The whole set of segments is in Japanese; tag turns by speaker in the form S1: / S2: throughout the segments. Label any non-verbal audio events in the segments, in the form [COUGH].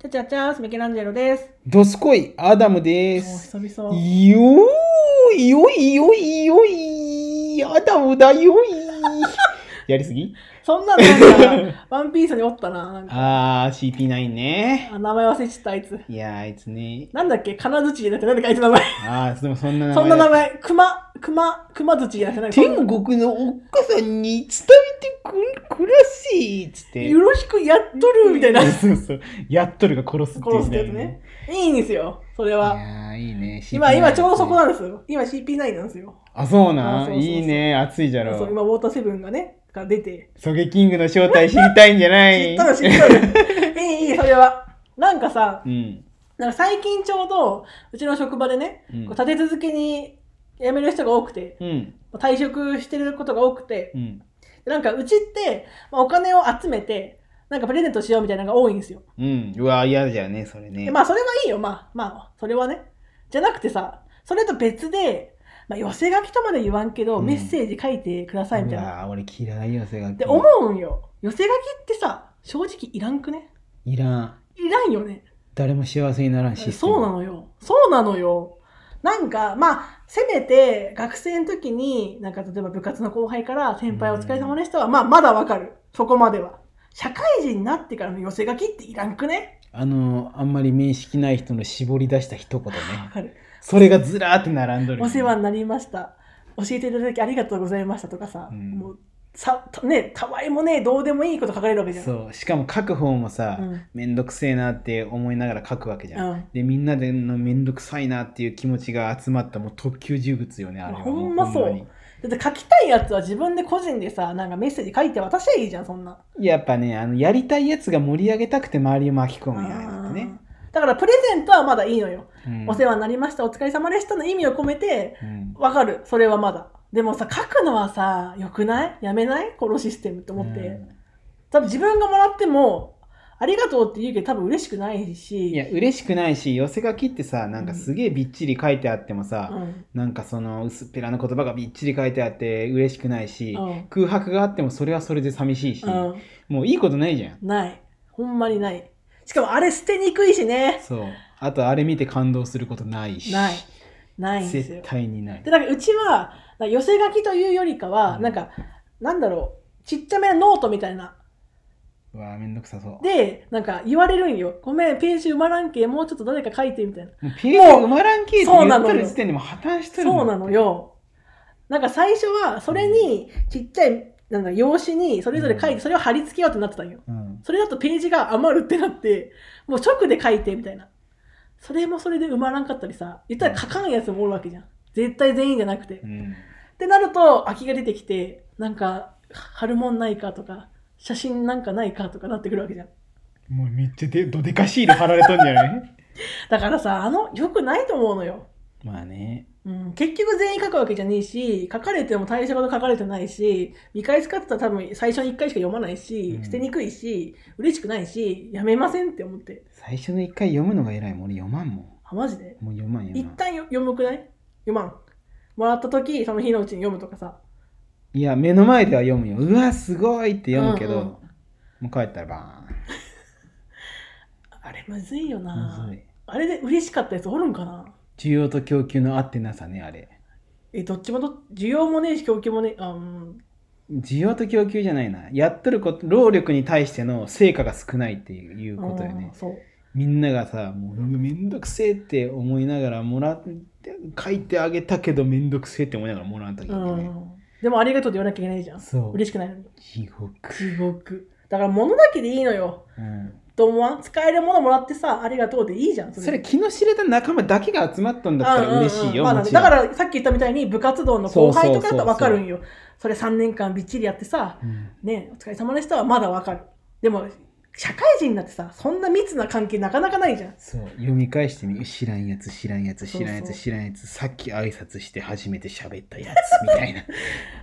S1: チャチャチャース、ミケランジェロです。
S2: どすこい、アダムで
S1: もう
S2: す。
S1: 久々。
S2: よーいよいよいよい、アダムだよい。やりすぎ
S1: そんなのなんか、ワンピースにおったな。なんか
S2: あー、CP9 ね。
S1: あ名前忘れちゃった、あいつ。
S2: いやー、あいつね。
S1: なんだっけ金槌じゃなくて、なんだっけあいつの
S2: [LAUGHS]
S1: 名前。
S2: あー、でもそんな名前。
S1: そんな名。前。熊、熊、熊槌じゃなくて、なんかそんな
S2: 天国のおっかさんに伝えてく、くらせーっつって。
S1: よろしくやっとるみたいな。
S2: そうそう。やっとるが殺すっていう
S1: 殺すってやつね。。いいんですよ、それ
S2: いや
S1: は。
S2: ー、いいね。
S1: 今、
S2: CP9
S1: 今ちょうどそこなんですよ。今 CP9 なんですよ。
S2: あ、そう
S1: あ
S2: な
S1: そ
S2: ん
S1: うそうそう
S2: いいね。熱いじゃろ。
S1: そう今、ウォーターセブンがね、が出て。
S2: ソゲキングの正体知りたいんじゃな
S1: [LAUGHS] 知
S2: い
S1: っとる知っとる。 [LAUGHS] いいいい、それは。なんかさ、
S2: うん。
S1: なんか最近ちょうど、うちの職場でね、
S2: うん
S1: こう立て続けに辞める人が多くて、
S2: うん。
S1: 退職してることが多くて、
S2: うん。
S1: なんかうちって、まあ、お金を集めて、なんかプレゼントしようみたいなのが多いんですよ。
S2: うん。うわ、嫌じゃね、そ
S1: で
S2: れね。
S1: まあそれはいいよ、まあまあ、それはね。じゃなくてさ、それと別で、まあ、寄せ書きとまで言わんけど、
S2: うん
S1: メッセージ書いてくださいみたいうな。
S2: わ、俺嫌いよ、せが
S1: で、思うんよ。寄せ書きってさ、正直いらんくね
S2: いらん。
S1: いらんよね。
S2: 誰も幸せにならんし。
S1: そうなのよ。そうなのよ。なんか、まあ、せめて学生の時に、なんか例えば部活の後輩から先輩お疲れ様でしたは、まあ、まだわかる。そこまでは。社会人になってからの寄せ書きっていらんくね
S2: あの、あんまり面識ない人の絞り出した一言ね。
S1: わかる。
S2: それがずらーって並んどる。
S1: お世話になりました。教えていただきありがとうございましたとかさ、
S2: うん
S1: もう、さ、たね、たわいもねえ、どうでもいいこと書かれるわけじゃん。
S2: そう。しかも書く方もさ、
S1: うん
S2: めんどくせえなって思いながら書くわけじゃん。
S1: うん
S2: で、みんなでのめんどくさいなっていう気持ちが集まった、もう特級呪物よね、あれは。
S1: ほんまそう
S2: もに
S1: だって書きたいやつは自分で個人でさ、なんかメッセージ書いて渡しゃいいじゃん、そんな。
S2: やっぱね、あの、やりたいやつが盛り上げたくて周りを巻き込むようになって
S1: う
S2: ね
S1: ん。だからプレゼントはまだいいのよ。
S2: うん
S1: お世話になりました、お疲れ様でしたの意味を込めて、
S2: うん
S1: わかる、それはまだ。でもさ、書くのはさ、よくないやめないこのシステムって思って。
S2: うん
S1: 多分自分がもらっても、ありがとうって言うけど多分嬉しくないし。
S2: いや、嬉しくないし、寄せ書きってさ、なんかすげえびっちり書いてあってもさ、
S1: うん、
S2: なんかその薄っぺらな言葉がびっちり書いてあって嬉しくないし、
S1: うん
S2: 空白があってもそれはそれで寂しいし、
S1: うん、
S2: もういいことないじゃん。
S1: ない。ほんまにない。しかもあれ捨てにくいしね。
S2: そう。あと、あれ見て感動することないし、
S1: ない。ないんです
S2: 絶
S1: よ。
S2: 対にない
S1: で、。なんかうちは、なんか寄せ書きというよりかは、
S2: うん
S1: なんか、なんだろう、ちっちゃめなノートみたいな。
S2: うわぁ、めんどくさそう。
S1: で、なんか言われるんよ。ごめん、ページ埋まらんけ、もうちょっと誰か書いてみたいな。
S2: もうページ埋まらん系って
S1: そう
S2: 言
S1: な
S2: っ
S1: の
S2: と
S1: よ
S2: る時点でもう破綻しとる
S1: そうなのよ。なんか最初は、それに、ちっちゃい、なんだ、用紙にそれぞれ書いて、それを貼り付けようってなってたんよ。
S2: うん。
S1: それだとページが余るってなって、もう直で書いてみたいな。それもそれで埋まらんかったりさ、言ったら書かんやつもおるわけじゃん。絶対全員じゃなくて。
S2: う
S1: っ
S2: ん。
S1: てなると、空きが出てきて、なんか、貼るもんないかとか、写真なんかないかとかなってくるわけじゃん。
S2: もうめっちゃでどでかシール貼られとんじゃない
S1: だからさ、あの、良くないと思うのよ。
S2: まあね。
S1: うん、結局全員書くわけじゃねえし書かれても大したこと書かれてないし見返使ってたら多分最初に1回しか読まないし、
S2: うん
S1: 捨てにくいし嬉しくないしやめませんって思って
S2: 最初の一回読むのが偉いもん。俺読まんもん。
S1: あマジで
S2: もう読まん
S1: 一
S2: 読まん。
S1: 旦よ読むくない読まんもらった時その日のうちに読むとかさ
S2: いや、目の前では読むよ。うわ、すごいって読むけど、
S1: うんうん
S2: もう帰ったらバ
S1: あれむずいよ
S2: ーン。
S1: な
S2: むずい。
S1: あれで嬉しかったやつおるんかな
S2: 需要と供給の合ってなさね、あれ。
S1: えどっちもど需要もねえし供給もねえあうん
S2: 需要と供給じゃないな。やっとること、労力に対しての成果が少ないっていうことよね
S1: あー。そう
S2: みんながさ、もうめんどくせえって思いながらもらって、書いてあげたけどめんどくせえって思いながらもらった時
S1: う
S2: にね。
S1: んでもありがとうって言わなきゃいけないじゃん
S2: そう。
S1: 嬉しくないのに
S2: 地獄。
S1: 地獄だから物だけでいいのよ
S2: うん
S1: と思わん使えるものもらってさありがとうでいいじゃん
S2: それ気の知れた仲間だけが集まったんだったら嬉しいよ。
S1: うんうんうんまあ
S2: も
S1: だ
S2: ち
S1: ね
S2: ろ
S1: だ
S2: ん
S1: からさっき言ったみたいに部活動の後輩とかだったら分かるんよそれ3年間びっちりやってさ
S2: うん
S1: ねお疲れ様でしたはまだ分かるでも社会人になってさそんな密な関係なかなかないじゃん
S2: そう読み返してみ知らんやつ知らんやつ
S1: そうそう
S2: 知らんやつ知らんやつさっき挨拶して初めて喋ったやつみ
S1: [LAUGHS]
S2: たいな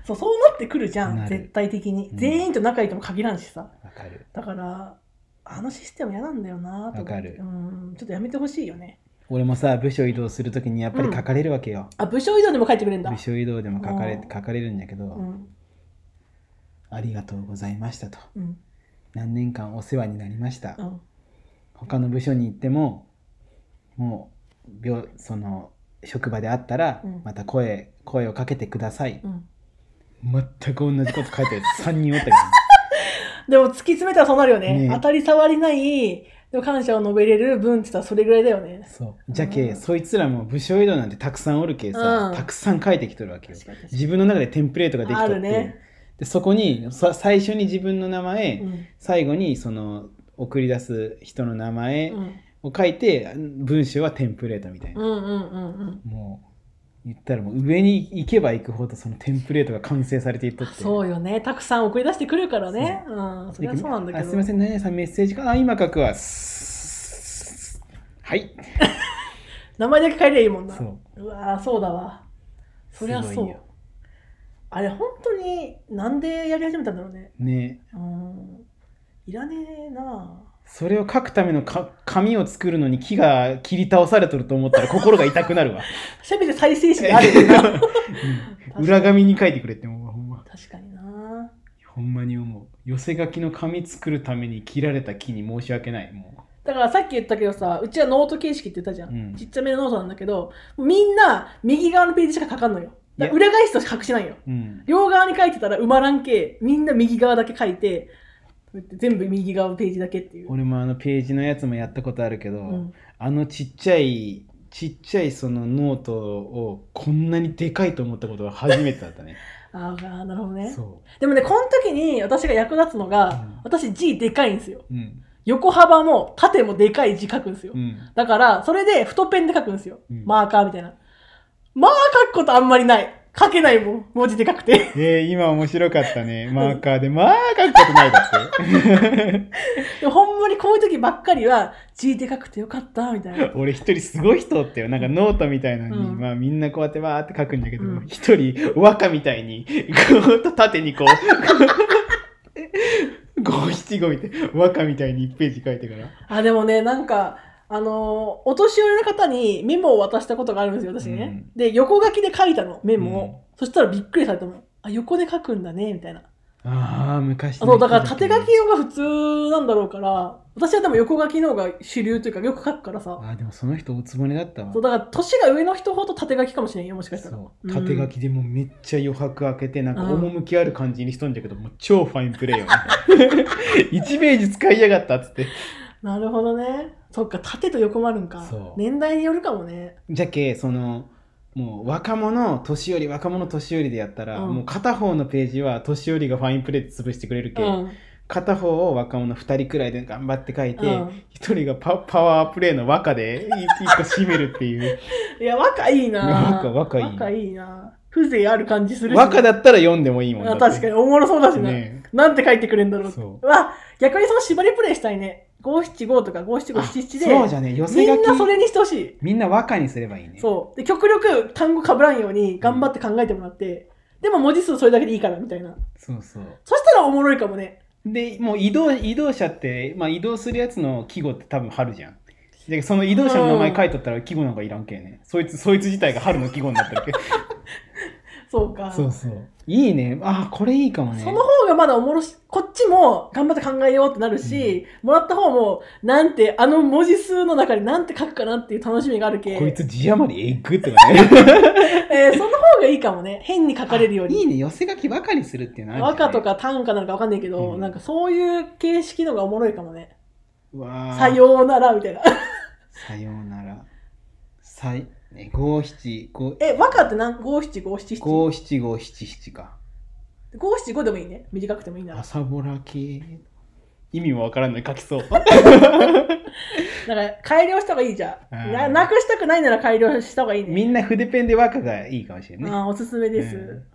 S1: そうそうなってくるじゃ
S2: なんる
S1: 絶対的に、
S2: うん
S1: 全員と仲いいとも限らんしさ
S2: わかる
S1: だからあのシステム嫌なんだよなと思って
S2: わかる
S1: うんちょっとやめてほしいよね
S2: 俺もさ部署移動するときにやっぱり書かれるわけよ、
S1: あ部署移動でも書いてくれんだ
S2: 部署移動でも書かれ
S1: うん
S2: 書かれるんだけど、
S1: うん
S2: ありがとうございましたと
S1: うん
S2: 何年間お世話になりました、
S1: うん
S2: 他の部署に行ってももう病その職場で会ったら、
S1: うん
S2: また声声をかけてください、
S1: うん、
S2: 全く同じこと書いてる3人おったけどね
S1: でも突き詰めたらそうなるよね
S2: ね
S1: 当たり障りないでも感謝を述べれる分って言ったらそれぐらいだよね
S2: そうじゃけ、
S1: うん
S2: そいつらも武将移動なんてたくさんおるけさ、
S1: うん
S2: たくさん書いてきとるわけよ
S1: 確かに確かに
S2: 自分の中でテンプレートができとって
S1: あるね
S2: でそこにさ最初に自分の名前、
S1: うん
S2: 最後にその送り出す人の名前
S1: うん
S2: を書いて、文章はテンプレートみたいな、
S1: うんうんうんうん
S2: もう言ったらもう上に行けば行くほどそのテンプレートが完成されていっとって
S1: そうよねたくさん送り出してくるからねうんそれはそうなんだけ
S2: あ
S1: ど
S2: すいません何々さんメッセージかあ今書くわスーはい
S1: 名前だけ変えりゃいいもんな
S2: そう
S1: うわーそうだわそりゃ
S2: す
S1: そ
S2: ごいうよ
S1: あれ本当になんでやり始めたんだろうね
S2: ね
S1: うんいらねえな
S2: それを書くためのか紙を作るのに木が切り倒されとると思ったら心が痛くなるわ
S1: せめて再生 [LAUGHS] 紙であるよな
S2: うん [LAUGHS] 裏紙に書いてくれって思うわほんま
S1: 確かにな
S2: ほんまに思う寄せ書きの紙作るために切られた木に申し訳ないも
S1: だからさっき言ったけどさうちはノート形式って言ったじゃん、
S2: うん
S1: ちっちゃめのノートなんだけどみんな右側のページしか書かんのよだから裏返すとしか隠しないよ
S2: う、うん、
S1: 両側に書いてたら埋まらんけみんな右側だけ書いてこうやって全部右側のページだけっていう、
S2: 俺もあのページのやつもやったことあるけど、
S1: うん
S2: あのちっちゃいちっちゃいそのノートをこんなにでかいと思ったことが初めてだった
S1: [LAUGHS]
S2: ね
S1: ああなるほどね
S2: そ
S1: でもねこの時に私が役立つのが、
S2: うん
S1: 私字でかいんですよ
S2: ううん
S1: 横幅も縦もでかい字書くんですよ、
S2: うん
S1: だからそれで太ペンで書くんですよ、
S2: うん
S1: マーカーみたいなマー書くことあんまりない書けないもん文字でかくて
S2: えー、今面白かったねマーカーでマーカー書くことないだって
S1: でもほんまにこういう時ばっかりは字でかくてよかったみたいな。
S2: 俺一人すごい人おってよなんかノートみたいなのに、
S1: うん
S2: まあ、みんなこうやってわーって書くんだけど
S1: うん
S2: 一、人和歌みたいにこうっと縦にこう五七五みたい和歌みたいに1ページ書いてから
S1: あでもねなんかあのーお年寄りの方にメモを渡したことがあるんですよ私ね。で横書きで書いたのメモを、そしたらびっくりされたの。あ横で書くんだねみたいな。
S2: ああ昔
S1: あ
S2: の
S1: の
S2: 人
S1: だから
S2: け
S1: 縦書きの方が普通なんだろうから私はでも横書きの方が主流というかよく書くからさ。
S2: あーでもその人おつぼねだったわ
S1: そうだから年が上の人ほど縦書きかもしれんよもしかしたら。
S2: そう縦書
S1: うん
S2: きでもうめっちゃ余白開けてなんか
S1: うん
S2: 趣ある感じにしとんじゃけど、もう超ファインプレーよ、 [LAUGHS] ね、1ページ使いやがったっつって
S1: なるほどね。そっか縦と横もあるんか
S2: そ。う
S1: 年代によるかもね。
S2: じゃけそのもう若者年寄り若者年寄りでやったら、
S1: うん
S2: もう片方のページは年寄りがファインプレーで潰してくれるけ、
S1: うん
S2: 片方を若者2人くらいで頑張って書いて、
S1: うん
S2: 一人がパパワープレイの和歌で1個締める
S1: [LAUGHS]
S2: っていう
S1: いや、若いいな。
S2: 若若いい
S1: 若いいな。風情ある感じするし。
S2: 和歌だったら読んでもいいもん
S1: あ確かに、おもろそうだしな。
S2: ね
S1: なんて書いてくれんだろう。
S2: そう
S1: わ、逆にその縛りプレイしたいね。五七五とか五七五
S2: あ
S1: 七七で。
S2: そうじゃね寄せ
S1: み
S2: 書き
S1: んなそれにしてほしい。
S2: みんな和歌にすればいいね
S1: そう。で、極力単語かぶらんように頑張って考えてもらって。でも文字数それだけでいいからみたいな。
S2: そうそう
S1: そしたらおもろいかもね。
S2: でもう移動移動車って、まあ、移動するやつの季語って多分春じゃんでその移動車の名前書いとったら季語なんかいらんけんね、そいつそいつ自体が春の季語になってる
S1: [LAUGHS]
S2: けど
S1: そうか。
S2: そういいねあーこれいいかもね
S1: その方がまだおもろし、こっちも頑張って考えようってなるし、もらった方も、なんて、あの文字数の中になんて書くかなっていう楽しみがあるけ。
S2: こいつ字余りえぐってことね
S1: えーその方がいいかもね。変に書かれるより。
S2: いいね寄せ書き和歌にするっていうのあ
S1: 和
S2: るじゃ
S1: 歌と
S2: ん
S1: か短歌なのかわかんないけど、
S2: うん
S1: なんかそういう形式のがおもろいかもね。
S2: うわー
S1: さようならみたいな。
S2: さようならさいね五七五
S1: え、和歌って何五七五七七五
S2: 五七五七七か
S1: 七五でもいいね。短くてもいいなら。
S2: 朝ぼらき意味もわからんのに書き
S1: [LAUGHS]
S2: そう
S1: だから改良した方がいいじゃん。
S2: うん
S1: ななくしたくないなら改良した方がいいね。
S2: みんな筆ペンで和歌がいいかもしれないね。
S1: あーおすすめです。
S2: うん